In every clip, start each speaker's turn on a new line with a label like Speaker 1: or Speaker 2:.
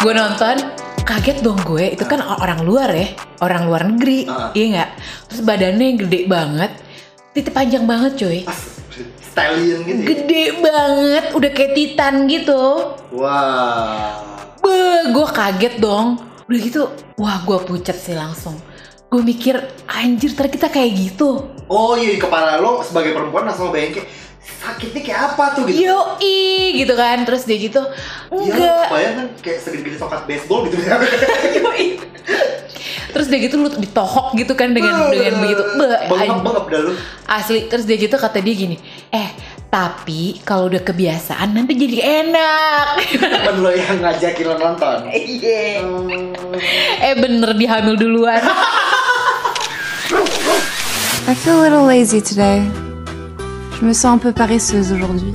Speaker 1: gue nonton kaget dong gue itu kan orang luar ya orang luar negeri
Speaker 2: Ah.
Speaker 1: iya nggak terus badannya yang gede banget titik panjang banget cuy
Speaker 2: Pas stallion gitu. ya?
Speaker 1: gede banget udah kayak titan gitu
Speaker 2: Wah.
Speaker 1: Beuh, gue kaget dong udah gitu wah gue pucet sih langsung gue mikir anjir ternyata kita kayak gitu
Speaker 2: Oh iya di kepala lo sebagai perempuan langsung bayangin kayak sakitnya kayak apa tuh gitu.
Speaker 1: yoi gitu kan terus dia gitu
Speaker 2: Iya,
Speaker 1: Ya, enggak
Speaker 2: kebayang kan kayak segede-gede tokat baseball gitu misalnya.
Speaker 1: yoi terus dia gitu lu ditohok gitu kan dengan dengan begitu Beuh,
Speaker 2: Bengap bengap dah lu.
Speaker 1: Asli, terus dia gitu kata dia gini, eh tapi kalau udah kebiasaan nanti jadi enak.
Speaker 2: Temen lo yang ngajakin lo nonton.
Speaker 1: Iya.
Speaker 2: Hmm.
Speaker 1: eh bener dihamil duluan.
Speaker 3: I feel a little lazy today. Je me sens un peu paresseuse aujourd'hui.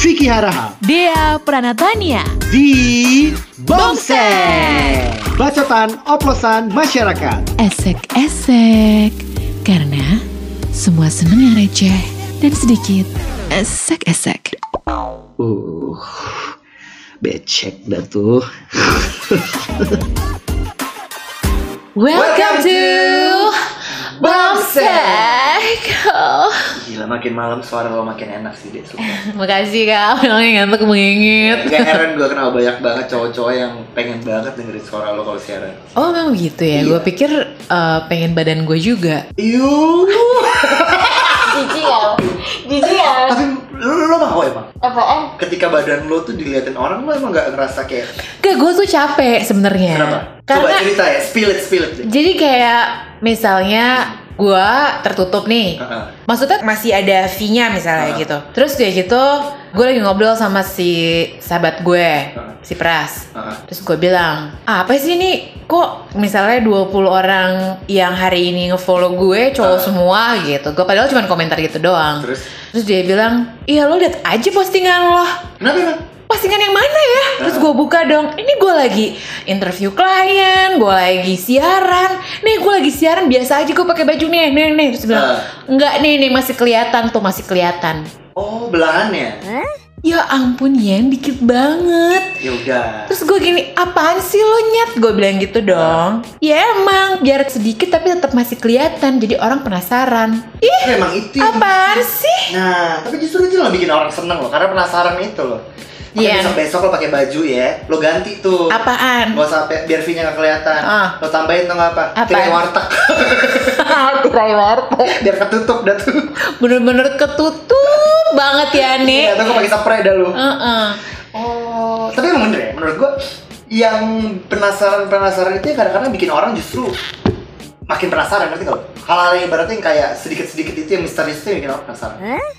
Speaker 2: Vicky Haraha
Speaker 1: Dia Pranatania.
Speaker 2: di
Speaker 1: Bongseng.
Speaker 2: Bacotan oplosan masyarakat.
Speaker 1: Esek-esek. Karena semua seneng yang receh dan sedikit esek-esek.
Speaker 2: Uh, becek dah tuh.
Speaker 1: Welcome to Bomsek. Oh.
Speaker 2: Gila makin malam suara lo makin enak sih, Dek. sumpah.
Speaker 1: Makasih kak, orangnya ngantuk mengingit.
Speaker 2: Gak heran gue kenal banyak banget cowok-cowok yang pengen banget dengerin suara lo kalau siaran.
Speaker 1: Oh memang gitu ya,
Speaker 2: Iya.
Speaker 1: gue pikir eh, pengen badan gue juga.
Speaker 2: Iu.
Speaker 1: Cici ya, cici ya.
Speaker 2: Tapi lo, lo mau emang?
Speaker 1: Apaan?
Speaker 2: Ketika badan lo tuh diliatin orang, lo emang gak ngerasa kayak
Speaker 1: Gak, gue tuh capek sebenarnya.
Speaker 2: kenapa?
Speaker 1: Karena
Speaker 2: Coba cerita ya, spill it, spill it. Dek.
Speaker 1: jadi kayak misalnya gue tertutup nih.
Speaker 2: Heeh.
Speaker 1: Maksudnya masih ada fee-nya misalnya
Speaker 2: Ah.
Speaker 1: gitu. Terus dia gitu, gue lagi ngobrol sama si sahabat gue,
Speaker 2: Ah.
Speaker 1: si Pras.
Speaker 2: Heeh.
Speaker 1: Terus gue bilang, "Ah, apa sih ini kok misalnya 20 orang yang hari ini ngefollow gue cowok
Speaker 2: Ah.
Speaker 1: semua gitu. Gue padahal cuma komentar gitu doang. Terus,
Speaker 2: Terus,
Speaker 1: dia bilang, iya lo liat aja postingan lo.
Speaker 2: kenapa emang?
Speaker 1: postingan yang mana ya? Terus gue buka dong, ini gue lagi interview klien, gue lagi siaran, nih gue lagi siaran biasa aja gue pakai baju nih, nih nih terus bilang
Speaker 2: Ah.
Speaker 1: enggak nih nih masih kelihatan tuh masih kelihatan.
Speaker 2: Oh, belahan ya?
Speaker 1: Ya ampun Yen, dikit banget.
Speaker 2: Ya udah.
Speaker 1: Terus gue gini, apaan sih lo nyet? Gue bilang gitu dong. Ya emang, biar sedikit tapi tetap masih kelihatan. Jadi orang penasaran. Ih,
Speaker 2: Emang itu. yang-
Speaker 1: apaan sih?
Speaker 2: Nah, tapi justru itu loh bikin orang seneng loh, karena penasaran itu loh.
Speaker 1: Iya.
Speaker 2: Iya. Besok besok lo pakai baju ya, lo ganti tuh.
Speaker 1: Apaan?
Speaker 2: Gak usah biar V-nya gak kelihatan.
Speaker 1: Ah.
Speaker 2: Lo tambahin tuh nggak apa?
Speaker 1: Apa?
Speaker 2: Tirai warteg.
Speaker 1: Tirai warteg.
Speaker 2: biar ketutup dah tuh.
Speaker 1: Bener-bener ketutup banget ya, Nek.
Speaker 2: Atau gue pakai spray dah lo.
Speaker 1: Heeh.
Speaker 2: Oh, tapi emang bener ya, menurut gue yang penasaran-penasaran itu ya kadang-kadang bikin orang justru makin penasaran, ngerti gak? lo? Hal-hal yang ibaratnya yang kayak sedikit-sedikit itu yang misterius itu yang bikin orang penasaran.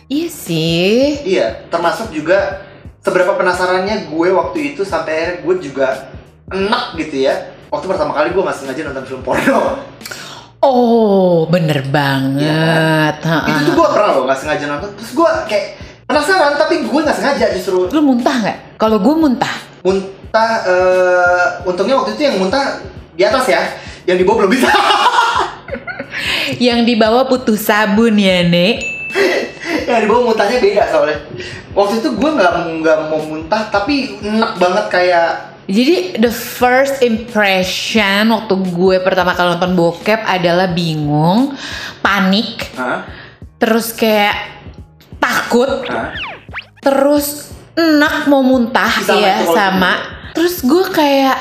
Speaker 1: Iya sih.
Speaker 2: Iya, termasuk juga seberapa penasarannya gue waktu itu sampai akhirnya gue juga enak gitu ya. Waktu pertama kali gue nggak sengaja nonton film porno.
Speaker 1: Oh, bener banget.
Speaker 2: Itu
Speaker 1: Heeh.
Speaker 2: tuh gue pernah loh nggak sengaja nonton. Terus gue kayak penasaran tapi gue nggak sengaja justru
Speaker 1: Lu muntah nggak? Kalau gue muntah.
Speaker 2: muntah. eh, untungnya waktu itu yang muntah di atas ya, yang di bawah belum bisa.
Speaker 1: Yang dibawa putus sabun ya, Nek.
Speaker 2: yang di bawah muntahnya beda soalnya. Waktu itu gue nggak nggak mau muntah tapi enak banget kayak
Speaker 1: Jadi the first impression waktu gue pertama kali nonton bokep adalah bingung, panik,
Speaker 2: Hah?
Speaker 1: terus kayak takut,
Speaker 2: Hah?
Speaker 1: terus enak mau muntah
Speaker 2: Sama
Speaker 1: ya
Speaker 2: itu kalau
Speaker 1: sama. Terus gue kayak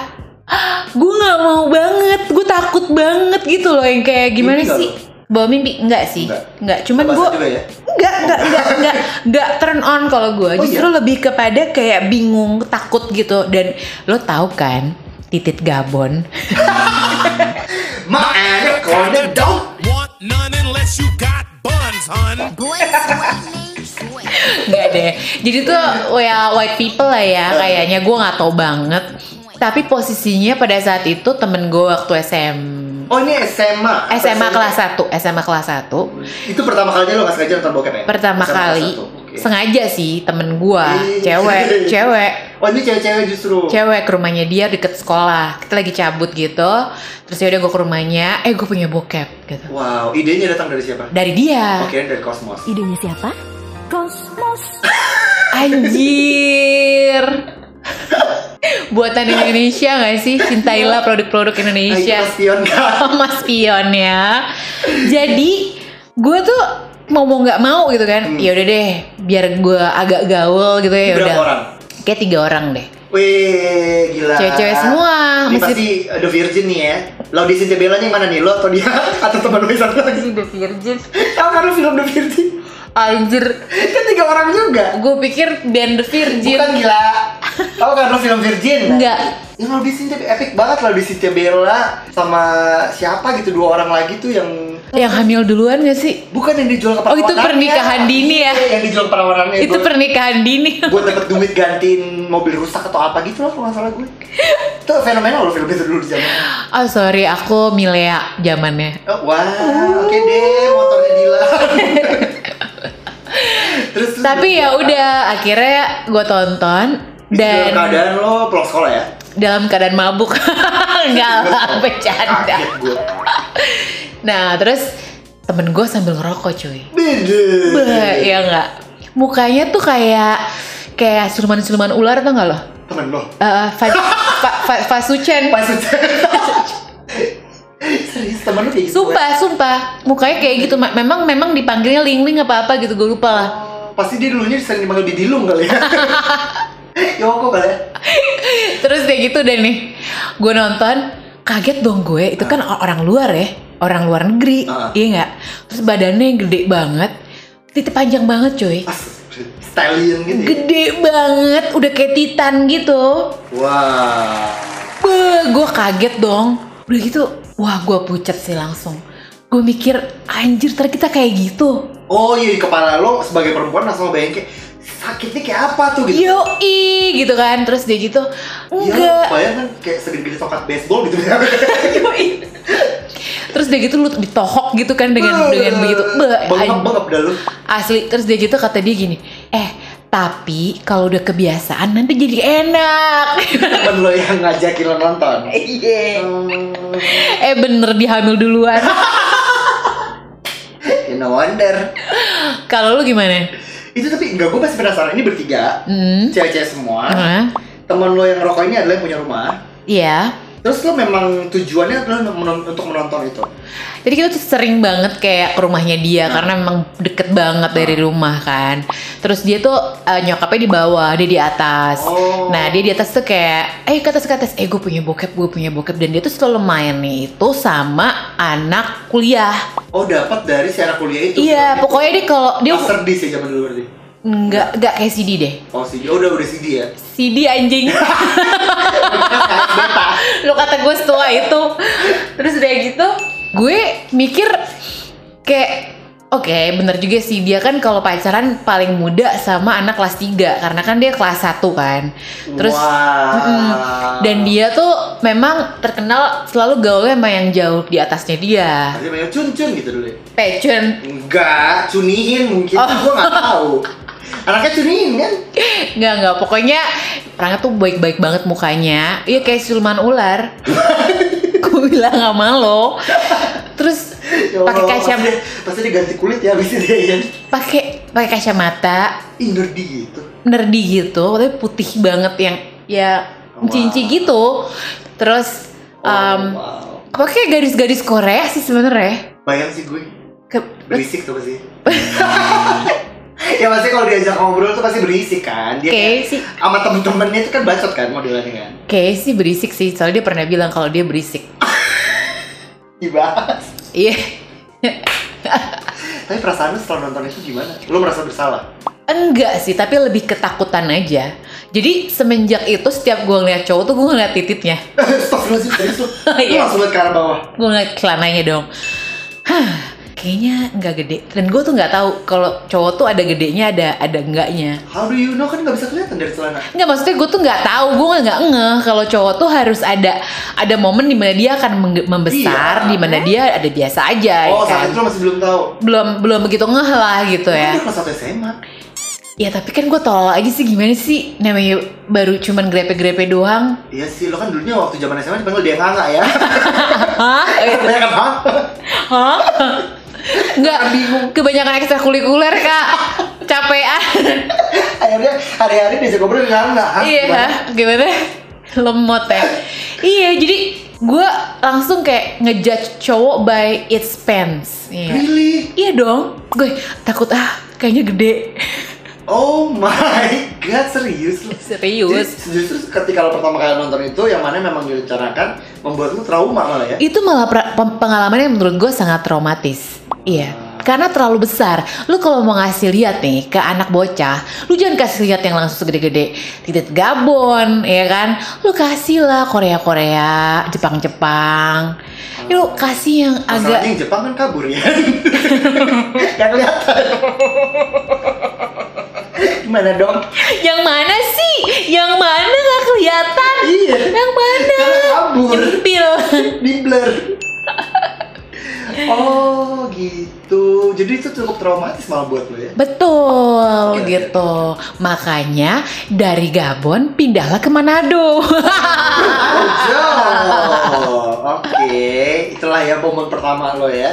Speaker 1: "Ah, gue nggak mau banget, gue takut banget gitu loh yang kayak gimana
Speaker 2: Mimpi nggak
Speaker 1: sih?
Speaker 2: lo?
Speaker 1: Bawa mimpi enggak sih?
Speaker 2: Nggak.
Speaker 1: Enggak. Cuman
Speaker 2: Bahasa
Speaker 1: gue
Speaker 2: juga ya.
Speaker 1: enggak enggak enggak enggak enggak turn on kalau gue.
Speaker 2: Oh,
Speaker 1: Justru lebih kepada kayak bingung, takut gitu dan lo tahu kan titit gabon.
Speaker 2: My ass corner dog.
Speaker 4: want none unless you got buns, hun.
Speaker 1: Enggak deh. Jadi tuh ya white people lah ya kayaknya gue nggak tahu banget. Tapi posisinya pada saat itu temen gue waktu SM
Speaker 2: Oh ini SMA.
Speaker 1: SMA
Speaker 2: Terus-
Speaker 1: kelas 1, SMA kelas 1.
Speaker 2: Itu pertama kalinya lo gak sengaja nonton bokep ya?
Speaker 1: Pertama
Speaker 2: SMA kelas
Speaker 1: kali
Speaker 2: satu, oke.
Speaker 1: sengaja sih temen gue,
Speaker 2: Ih.
Speaker 1: cewek, cewek.
Speaker 2: Oh ini cewek-cewek justru.
Speaker 1: cewek ke rumahnya dia deket sekolah kita lagi cabut gitu terus ya udah gue ke rumahnya eh gue punya bokep gitu
Speaker 2: Wow, idenya datang dari siapa?
Speaker 1: dari dia
Speaker 2: Oke, dari Cosmos.
Speaker 5: Idenya siapa? Cosmos.
Speaker 1: anjir buatan Indonesia gak sih cintailah produk-produk
Speaker 2: Nah, itu
Speaker 1: Indonesia
Speaker 2: Mas Pion kan?
Speaker 1: sama spion ya. Jadi gue tuh mau mau nggak mau gitu kan.
Speaker 2: Hmm.
Speaker 1: Ya udah deh, biar gue agak gaul gitu ya
Speaker 2: Berapa
Speaker 1: udah.
Speaker 2: orang?
Speaker 1: Kayak tiga orang deh.
Speaker 2: Wih, gila.
Speaker 1: Cewek-cewek semua,
Speaker 2: Ini
Speaker 1: masih-
Speaker 2: pasti uh, The Virgin nih ya. Laudisi Bella yang mana nih? Lo atau dia? atau teman lo yang satu lagi?
Speaker 1: The Virgin.
Speaker 2: Tahu kan lo film The Virgin?
Speaker 1: Anjir,
Speaker 2: Kan tiga orang juga.
Speaker 1: gue pikir band The Virgin.
Speaker 2: Bukan gila. Tahu kan lo film Virgin? Ya,
Speaker 1: Enggak.
Speaker 2: Yang Laudisi epic banget Laudisi Bella sama siapa gitu dua orang lagi tuh yang
Speaker 1: Yang hamil duluan gak sih?
Speaker 2: bukan yang dijual ke
Speaker 1: Oh, itu
Speaker 2: perawanannya.
Speaker 1: pernikahan dini ya?
Speaker 2: Iya, yang dijual ke perawanannya.
Speaker 1: Itu
Speaker 2: Gua-
Speaker 1: pernikahan dini.
Speaker 2: buat dapat duit gantiin mobil rusak atau apa gitu loh kalau nggak salah gue itu fenomenal loh film itu dulu di zaman
Speaker 1: Oh sorry, aku milea zamannya.
Speaker 2: oh, wah oke deh motornya Dilan terus, terus
Speaker 1: Tapi ya udah, akhirnya gue tonton
Speaker 2: Itu dalam
Speaker 1: dan
Speaker 2: keadaan lo pulang sekolah ya
Speaker 1: dalam keadaan mabuk. Enggak lah, bercanda.
Speaker 2: Kaget gue
Speaker 1: Nah terus temen gue sambil ngerokok cuy
Speaker 2: beda
Speaker 1: Bah, ya nggak Mukanya tuh kayak Kayak siluman-siluman ular tau nggak lo?
Speaker 2: temen lo
Speaker 1: Eh, fa, fa, fa, Fasucen
Speaker 2: pas itu serius temen lo kayak gitu
Speaker 1: Sumpah, sumpah Mukanya kayak gitu Ma- Memang memang dipanggilnya Ling-Ling apa-apa gitu Gue lupa lah
Speaker 2: Oh, pasti dia dulunya sering dipanggil Bidilung kali ya Yoko kali ya
Speaker 1: Terus kayak gitu deh nih Gue nonton Kaget dong gue Itu kan o- orang luar ya Orang luar negeri
Speaker 2: Ah.
Speaker 1: Iya nggak? Terus badannya gede banget Titik panjang banget cuy
Speaker 2: Pas stallion gitu ya.
Speaker 1: Gede banget Udah kayak titan gitu
Speaker 2: Wah
Speaker 1: gue kaget dong. Udah gitu, wah gue pucet sih langsung. Gue mikir, anjir ternyata kita kayak gitu.
Speaker 2: Oh iya di kepala lo sebagai perempuan langsung ngebayangin kayak sakitnya kayak apa tuh gitu.
Speaker 1: Yoi gitu kan. Terus dia gitu,
Speaker 2: Iya,
Speaker 1: enggak.
Speaker 2: bayang kan kayak segede-gede tokat baseball gitu.
Speaker 1: Yoi. Terus dia gitu lu ditohok gitu kan dengan dengan begitu. Beuh,
Speaker 2: Bengap bengap dah lu.
Speaker 1: Asli, terus dia gitu kata dia gini, eh tapi kalau udah kebiasaan nanti jadi enak.
Speaker 2: Temen lo Kan yang ngajakin lo nonton.
Speaker 1: Iya.
Speaker 2: Hmm,
Speaker 1: eh bener dihamil duluan.
Speaker 2: ya no wonder.
Speaker 1: kalau lu gimana?
Speaker 2: Itu tapi enggak gue masih penasaran ini bertiga.
Speaker 1: Hmm.
Speaker 2: Cewek-cewek semua.
Speaker 1: Hah?
Speaker 2: Temen lo yang rokok ini adalah yang punya rumah.
Speaker 1: Iya.
Speaker 2: Terus lo memang tujuannya adalah menon- untuk menonton itu.
Speaker 1: Jadi kita tuh sering banget kayak ke rumahnya dia karena memang deket banget dari rumah kan. Terus dia tuh eh, nyokapnya di bawah, dia di atas.
Speaker 2: Oh.
Speaker 1: Nah dia di atas tuh kayak, eh ke atas ke atas, eh gue punya bokep, gue punya bokep. Dan dia tuh selalu main nih itu sama anak kuliah.
Speaker 2: Oh dapat dari si anak kuliah itu.
Speaker 1: Iya, pokoknya dia kalau dia
Speaker 2: Master Dis ya zaman dulu berarti.
Speaker 1: nggak nggak kayak CD deh.
Speaker 2: Oh si dia udah udah si dia.
Speaker 1: CD anjing. Lu kata gue setua itu. Terus udah gitu, gue mikir kayak Oke, bener juga sih dia kan kalau pacaran paling muda sama anak kelas 3 karena kan dia kelas 1 kan. Terus
Speaker 2: Wah.
Speaker 1: Mm-mm. dan dia tuh memang terkenal selalu gaulnya sama yang jauh di atasnya dia.
Speaker 2: Dia banyak cun-cun gitu dulu ya?
Speaker 1: Pecun.
Speaker 2: Enggak, cunihin mungkin,
Speaker 1: Oh.
Speaker 2: gue gak tahu Anaknya cunihin kan?
Speaker 1: Enggak, enggak. Pokoknya orangnya tuh baik-baik banget mukanya. Iya kayak siluman ular. Gue bilang sama lo. Terus
Speaker 2: Ya
Speaker 1: pakai
Speaker 2: Allah,
Speaker 1: kaca
Speaker 2: pasti, pasti dia ganti kulit ya abis itu ya
Speaker 1: pakai pakai kacamata
Speaker 2: Ih nerdy gitu
Speaker 1: nerdi gitu, tapi putih banget yang ya
Speaker 2: Oh, Wow.
Speaker 1: cinci gitu. Terus um,
Speaker 2: Oh,
Speaker 1: em
Speaker 2: wow.
Speaker 1: pakai garis-garis Korea sih sebenarnya.
Speaker 2: Bayang sih gue,
Speaker 1: Ke-
Speaker 2: berisik tuh pasti Ya pasti kalau diajak ngobrol tuh pasti berisik kan Dia
Speaker 1: Oke
Speaker 2: kayak
Speaker 1: sih,
Speaker 2: sama temen-temennya itu kan bacot kan modelannya kan
Speaker 1: kayak sih berisik sih. Soalnya dia pernah bilang kalau dia berisik.
Speaker 2: Dibahas
Speaker 1: Iya.
Speaker 2: Tapi perasaan lu setelah nonton itu gimana? Lu merasa bersalah?
Speaker 1: Enggak sih, tapi lebih ketakutan aja. Jadi semenjak itu setiap gue ngeliat cowok tuh gue ngeliat titiknya.
Speaker 2: Stop lu sih, serius lu Lu
Speaker 1: Iya.
Speaker 2: langsung liat ke arah bawah
Speaker 1: Gue ngeliat celananya dong. Hah, kayaknya nggak gede. Dan gue tuh nggak tahu kalau cowok tuh ada gedenya ada ada enggaknya.
Speaker 2: How do you know kan gak bisa kelihatan dari celana
Speaker 1: Nggak maksudnya gue tuh nggak tahu, gue nggak ngeh kalau cowok tuh harus ada ada momen dimana dia akan menge- membesar,
Speaker 2: Iya.
Speaker 1: dimana dia ada biasa aja, ya
Speaker 2: Oh,
Speaker 1: kan?
Speaker 2: saat itu lo masih belum tahu kan Iya.
Speaker 1: Belum belum begitu ngeh lah gitu ya.
Speaker 2: Udah kelas satu SMA.
Speaker 1: Ya tapi kan gue tolol aja sih gimana sih namanya baru cuman grepe-grepe doang.
Speaker 2: Iya sih, lo kan dulunya waktu zaman SMA dipanggil dia nganga ya.
Speaker 1: Hah? Gitu.
Speaker 2: Banyak kan, hah?
Speaker 1: Hah? Enggak, kebanyakan ekstrakurikuler kak Capean
Speaker 2: Akhirnya hari-hari diajak ngobrol nganga, hah? Gimana?
Speaker 1: Iya, gimana? Lemot ya Iya, jadi gue langsung kayak ngejudge cowok by its pants Iya,
Speaker 2: Really?
Speaker 1: iya dong, gue takut ah kayaknya gede
Speaker 2: Oh my god, serius lo?
Speaker 1: Serius
Speaker 2: Jadi, justru ketika lo pertama kali nonton itu, yang mana memang direncanakan membuat lo trauma malah ya?
Speaker 1: Itu malah pra- pem- pengalaman yang menurut gue sangat traumatis. Iya. Karena terlalu besar. Lu kalau mau ngasih lihat nih ke anak bocah, lu jangan kasih lihat yang langsung segede-gede. Titit Gabon, ya kan? Lu kasih lah Korea-Korea, Jepang-Jepang. Ya, Lu kasih yang
Speaker 2: Masalahnya
Speaker 1: agak
Speaker 2: yang Jepang kan kabur ya? Gak kelihatan Gimana dong?
Speaker 1: yang mana sih? Yang mana nggak kelihatan?
Speaker 2: Iya.
Speaker 1: Yang mana?
Speaker 2: Karena kabur
Speaker 1: Nyempil.
Speaker 2: Di blur Oh gitu Jadi itu cukup traumatis malah buat lo ya?
Speaker 1: Betul
Speaker 2: Oke, oke.
Speaker 1: gitu. Makanya dari Gabon pindahlah ke Manado.
Speaker 2: Oh, Oke, itulah ya momen pertama lo ya.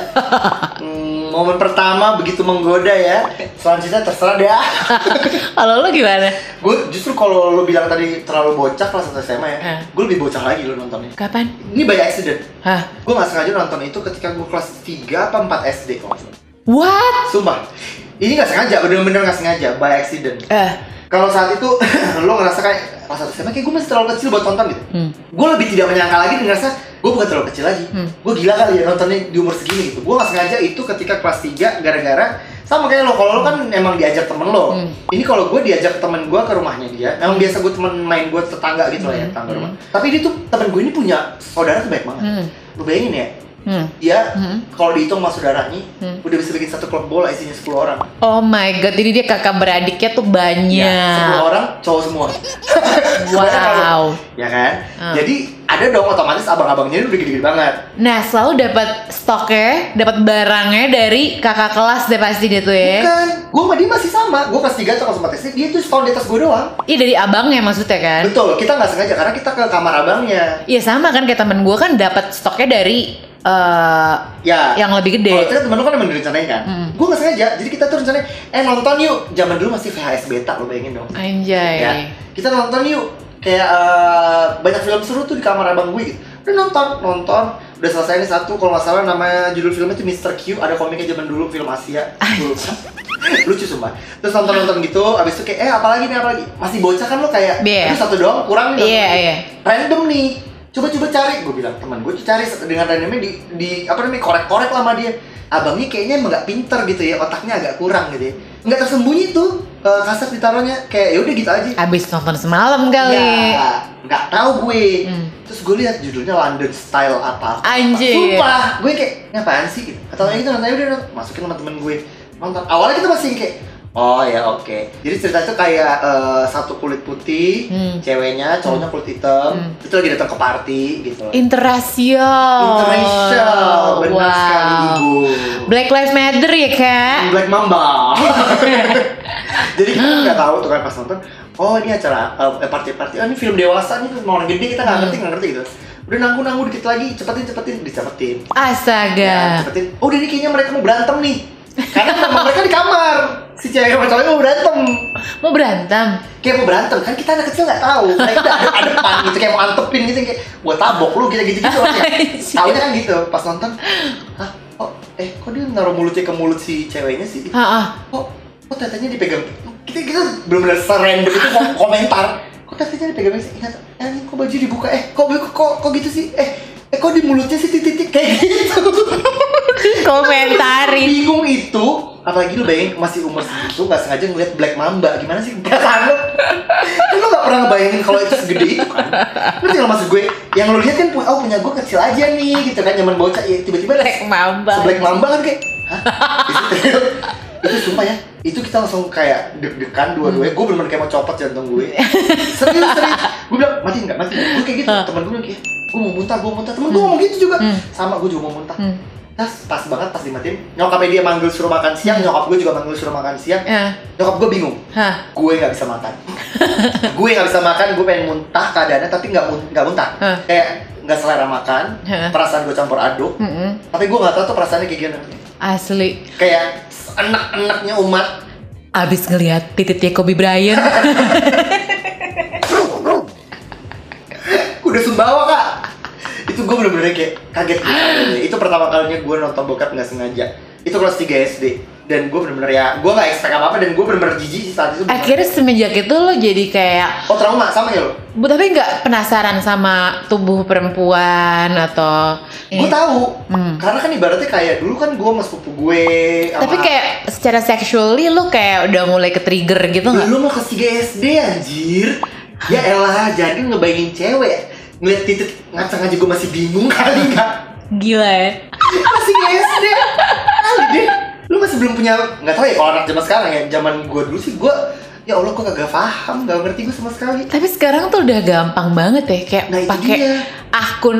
Speaker 2: Hmm, momen pertama begitu menggoda ya. Selanjutnya terserah deh.
Speaker 1: Kalau lu gimana?
Speaker 2: gue justru kalau lo bilang tadi terlalu bocah kelas 1 SMA ya,
Speaker 1: Eh.
Speaker 2: gue lebih bocah lagi lo nontonnya.
Speaker 1: Kapan?
Speaker 2: Ini by accident.
Speaker 1: Hah?
Speaker 2: Gue gak sengaja nonton itu ketika gue kelas 3 apa 4 SD kalau nggak salah.
Speaker 1: What?
Speaker 2: Sumpah. Ini gak sengaja, bener-bener gak sengaja, by accident.
Speaker 1: Eh,
Speaker 2: Kalau saat itu lo ngerasa kayak pas satu SMA kayak gue masih terlalu kecil buat nonton gitu.
Speaker 1: Hmm.
Speaker 2: Gue lebih tidak menyangka lagi dan ngerasa gue bukan terlalu kecil lagi.
Speaker 1: Hmm.
Speaker 2: Gue gila kali ya nontonnya di umur segini gitu. Gue gak sengaja itu ketika kelas 3 gara-gara sama kayak lo kalau lo kan emang diajak temen lo.
Speaker 1: Hmm.
Speaker 2: Ini kalau gue diajak temen gue ke rumahnya dia. Emang biasa gue temen main gue tetangga gitu
Speaker 1: Hmm.
Speaker 2: lah ya tetangga rumah. Tapi dia tuh temen gue ini punya saudara tuh baik banget.
Speaker 1: Hmm.
Speaker 2: Lo bayangin ya
Speaker 1: hmm.
Speaker 2: dia
Speaker 1: Hmm.
Speaker 2: kalau dihitung sama saudaranya
Speaker 1: Hmm.
Speaker 2: udah bisa bikin satu klub bola isinya 10 orang.
Speaker 1: Oh my god, jadi dia kakak beradiknya tuh Iya.
Speaker 2: Sepuluh
Speaker 1: banyak.
Speaker 2: orang cowok semua.
Speaker 1: Wow.
Speaker 2: ya kan?
Speaker 1: Hmm.
Speaker 2: Jadi ada dong otomatis abang-abangnya ini udah gede-gede banget.
Speaker 1: Nah, selalu dapat stoknya, dapat barangnya dari kakak kelas deh pasti dia tuh ya.
Speaker 2: Bukan, gue sama dia masih sama. Gue kelas 3 atau kelas 4 SD, dia tuh setahun di atas gue doang.
Speaker 1: Iya dari abangnya maksudnya kan.
Speaker 2: Betul, kita nggak sengaja karena kita ke kamar abangnya.
Speaker 1: Iya sama kan kayak temen gue kan dapat stoknya dari eh,
Speaker 2: Ya,
Speaker 1: yang lebih
Speaker 2: Kalau
Speaker 1: gede.
Speaker 2: kita temen lu kan emang direncanain kan?
Speaker 1: Hmm.
Speaker 2: Gue gak sengaja, jadi kita tuh rencananya Eh nonton yuk, zaman dulu masih VHS beta lo bayangin dong ya.
Speaker 1: Anjay.
Speaker 2: Kita nonton yuk, kayak eh, banyak film seru tuh di kamar abang gue gitu Udah nonton, nonton Udah selesai nih satu, kalau nggak salah namanya judul filmnya tuh Mr. Q Ada komiknya zaman dulu, film Asia Gue lupa. lucu sumpah terus nonton-nonton gitu abis itu kayak eh apalagi nih apalagi masih bocah kan lo kayak
Speaker 1: Iya.
Speaker 2: "Aduh, satu doang kurang nih
Speaker 1: Iya, iya.
Speaker 2: random nih coba-coba cari gue bilang teman gue tuh cari dengan randomnya di di apa namanya korek-korek lah sama dia abangnya kayaknya emang nggak pinter gitu ya otaknya agak kurang gitu ya nggak tersembunyi tuh eh, kaset ditaruhnya kayak ya udah gitu aja
Speaker 1: Abis nonton semalam kali.
Speaker 2: Ya, nggak tahu gue.
Speaker 1: Hmm.
Speaker 2: Terus gue lihat judulnya London Style apa.
Speaker 1: Anjir.
Speaker 2: Sumpah, gue kayak ngapain sih? gitu. Atau kayak gitu nonton aja udah nonton. masukin sama temen gue. Nonton. Awalnya kita masih kayak Oh ya oke. Jadi cerita itu kayak eh, satu kulit putih,
Speaker 1: Hmm.
Speaker 2: ceweknya, cowoknya kulit hitam,
Speaker 1: Hmm.
Speaker 2: itu lagi datang ke party gitu.
Speaker 1: Interracial.
Speaker 2: Interracial, benar
Speaker 1: Wow.
Speaker 2: sekali ibu.
Speaker 1: Black Lives Matter ya kak?
Speaker 2: Black Mamba. Jadi kita nggak tahu tuh kan pas nonton, oh ini acara eh, party-party, oh ini film dewasa nih mau orang gede kita nggak ngerti nggak ngerti gitu. Udah nanggung-nanggung dikit lagi, cepetin cepetin dicepetin. Ya,
Speaker 1: Astaga.
Speaker 2: cepetin. Oh, ini kayaknya mereka mau berantem nih. Karena sama mereka di kamar. Si cewek sama cowoknya mau berantem.
Speaker 1: Mau berantem?
Speaker 2: Kayak mau berantem, kan kita anak kecil nggak tahu. Kayak kita ada adepan gitu, kayak mau antepin gitu, kayak gua tabok lu gitu gitu gitu. Tahunya kan gitu, pas nonton, hah, oh, eh kok dia naruh mulutnya ke mulut si ceweknya sih?
Speaker 1: Ah, ah.
Speaker 2: kok kok tetenya dipegang kita kita belum benar serendam itu kom- komentar kok tetenya dipegang sih ingat eh ini kok baju dibuka eh kok kok kok, kok gitu sih eh eh kok di mulutnya sih titik-titik kayak gitu
Speaker 1: Komentarin.
Speaker 2: bingung itu apalagi lu bayangin masih umur segitu nggak sengaja ngeliat Black Mamba gimana sih perasaan lu Kan lu nggak pernah ngebayangin kalau itu segede itu kan ngerti nggak maksud gue yang lu lihat kan pu- oh punya gue kecil aja nih gitu kan zaman bocah ya tiba-tiba ada
Speaker 1: Black Mamba.
Speaker 2: Black Mamba kan kayak hah? Itu- itu sumpah ya itu kita langsung kayak deg-degan dua-duanya gue bener-bener kayak mau copot jantung gue serius serius gue bilang mati nggak mati nggak?" gue kayak gitu temen gue bilang kayak gue mau muntah gue mau muntah temen gue ngomong gitu juga sama gue juga mau muntah
Speaker 1: Hmm.
Speaker 2: Tas pas banget pas dimatiin. Nyokapnya dia manggil suruh makan siang, nyokap gue juga manggil suruh makan siang.
Speaker 1: Eh,
Speaker 2: Nyokap gue bingung.
Speaker 1: hah.
Speaker 2: Gue nggak bisa makan. gue nggak bisa makan, gue pengen muntah keadaannya tapi nggak mun- nggak muntah.
Speaker 1: Hah.
Speaker 2: Kayak nggak selera makan,
Speaker 1: Hah.
Speaker 2: perasaan gue campur aduk.
Speaker 1: Mm-mm.
Speaker 2: Tapi gue nggak tahu tuh perasaannya kayak gimana.
Speaker 1: Asli.
Speaker 2: Kayak enak-enaknya umat.
Speaker 1: Abis ngelihat titiknya Kobe Bryant.
Speaker 2: Udah sumbawa kak. Itu gue bener-bener kayak kaget gitu. Itu pertama kalinya gue nonton bokep nggak sengaja. Itu kelas 3 SD dan gue bener-bener ya gue nggak expect apa apa dan gue bener-bener jijik sih saat itu.
Speaker 1: Akhirnya semenjak itu lo jadi kayak
Speaker 2: Oh trauma sama ya lo?
Speaker 1: Bu tapi nggak penasaran sama tubuh perempuan atau
Speaker 2: Gue tahu,
Speaker 1: Hmm.
Speaker 2: karena kan ibaratnya kayak dulu kan gue sama sepupu gue sama-
Speaker 1: Tapi kayak secara sexually lo kayak udah mulai ke trigger gitu nggak?
Speaker 2: Belum mau ke 3 SD anjir Ya elah, jadi ngebayangin cewek Ngeliat titik ngacang aja gue masih bingung kali nggak
Speaker 1: Gila ya.
Speaker 2: Masih ke SD Kali deh Lu masih belum punya, nggak tahu ya kalau anak zaman sekarang ya Zaman gue dulu sih gue Ya Allah gue kagak paham, gak ngerti gue sama sekali
Speaker 1: Tapi sekarang tuh udah gampang banget ya kayak
Speaker 2: Nah, itu
Speaker 1: pakai
Speaker 2: dia.
Speaker 1: akun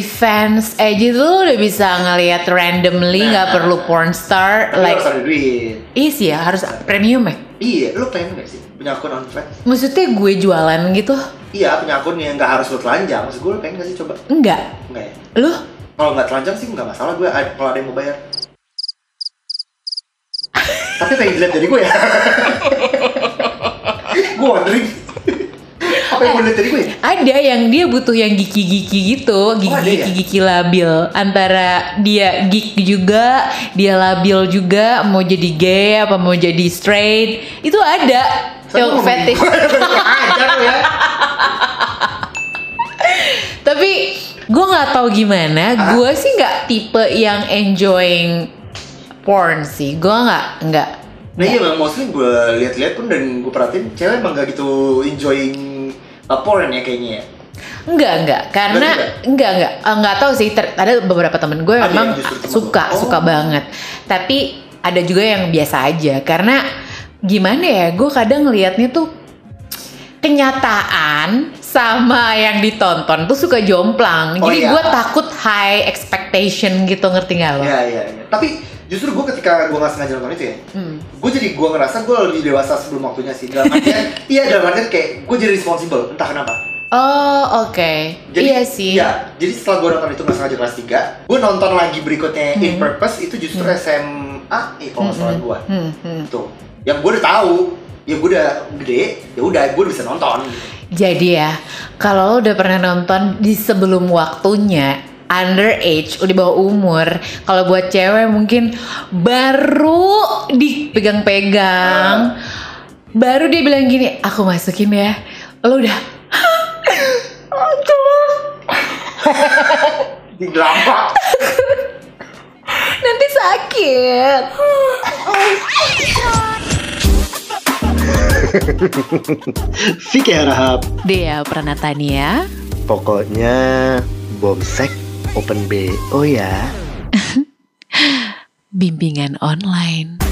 Speaker 1: OnlyFans aja tuh lo udah bisa ngelihat randomly nggak
Speaker 2: Nah. Iya,
Speaker 1: perlu pornstar
Speaker 2: Lu
Speaker 1: like
Speaker 2: harus ada duit
Speaker 1: Iya sih ya harus premium ya.
Speaker 2: Iya, lu pengen gak sih punya akun OnlyFans?
Speaker 1: Maksudnya gue jualan gitu?
Speaker 2: Iya, punya akun yang nggak harus lu telanjang Maksud gue lu pengen gak sih coba?
Speaker 1: Enggak.
Speaker 2: Enggak ya?
Speaker 1: Lu?
Speaker 2: kalau nggak telanjang sih nggak masalah gue ad- kalau ada yang mau bayar tapi pengen dilihat dari gue ya gue wondering apa yang mau dilihat dari gue ya?
Speaker 1: Ada yang dia butuh yang gigi-gigi gitu,
Speaker 2: ada ya?
Speaker 1: gigi-gigi labil. Antara dia geek juga, dia labil juga, mau jadi gay apa mau jadi straight, itu ada.
Speaker 2: Saya
Speaker 1: Yang
Speaker 2: ngomongin
Speaker 1: fetish.
Speaker 2: gue, kurang ajar lo ya
Speaker 1: Tapi gue nggak tahu gimana, gue sih nggak tipe yang enjoying porn sih. Gue nggak nggak.
Speaker 2: nah iya emang mostly gue lihat-lihat pun dan gue perhatiin cewek emang gak gitu enjoying uh, porn ya kayaknya ya
Speaker 1: Enggak, enggak. Karena
Speaker 2: Enggak
Speaker 1: enggak, enggak. Eh, Enggak tahu sih, ter- ada beberapa temen gue
Speaker 2: Ada
Speaker 1: memang
Speaker 2: yang justru temen
Speaker 1: suka,
Speaker 2: lo. Oh.
Speaker 1: suka banget. Tapi ada juga yang biasa aja. Karena gimana ya, gue kadang ngelihatnya tuh kenyataan sama yang ditonton tuh suka jomplang.
Speaker 2: Oh,
Speaker 1: Jadi
Speaker 2: iya.
Speaker 1: gue takut high expectation gitu, ngerti nggak lo?
Speaker 2: iya iya iya tapi justru gue ketika gue nggak sengaja nonton itu ya
Speaker 1: Hmm.
Speaker 2: gue jadi gue ngerasa gue lebih dewasa sebelum waktunya sih dalam artian iya dalam artian kayak gue jadi responsible entah kenapa
Speaker 1: Oh, oke. Iya sih.
Speaker 2: Iya, jadi setelah gue nonton itu nggak sengaja kelas 3 Gue nonton lagi berikutnya In Purpose itu justru SMA Eh kalau nggak salah gue
Speaker 1: Hmm, hmm.
Speaker 2: Tuh, yang gue udah tahu Ya gue udah gede, ya udah gue udah bisa nonton gitu.
Speaker 1: Jadi ya, kalau lo udah pernah nonton di sebelum waktunya underage, udah bawah umur, kalau buat cewek mungkin baru dipegang-pegang, baru dia bilang gini, aku masukin ya, lo udah, "Hah? Tolong."
Speaker 2: Di drama
Speaker 1: nanti sakit.
Speaker 2: Vicky Harahap
Speaker 1: Dea Pranatania,
Speaker 2: Pokoknya Bomsek Open B Oh ya
Speaker 1: bimbingan online.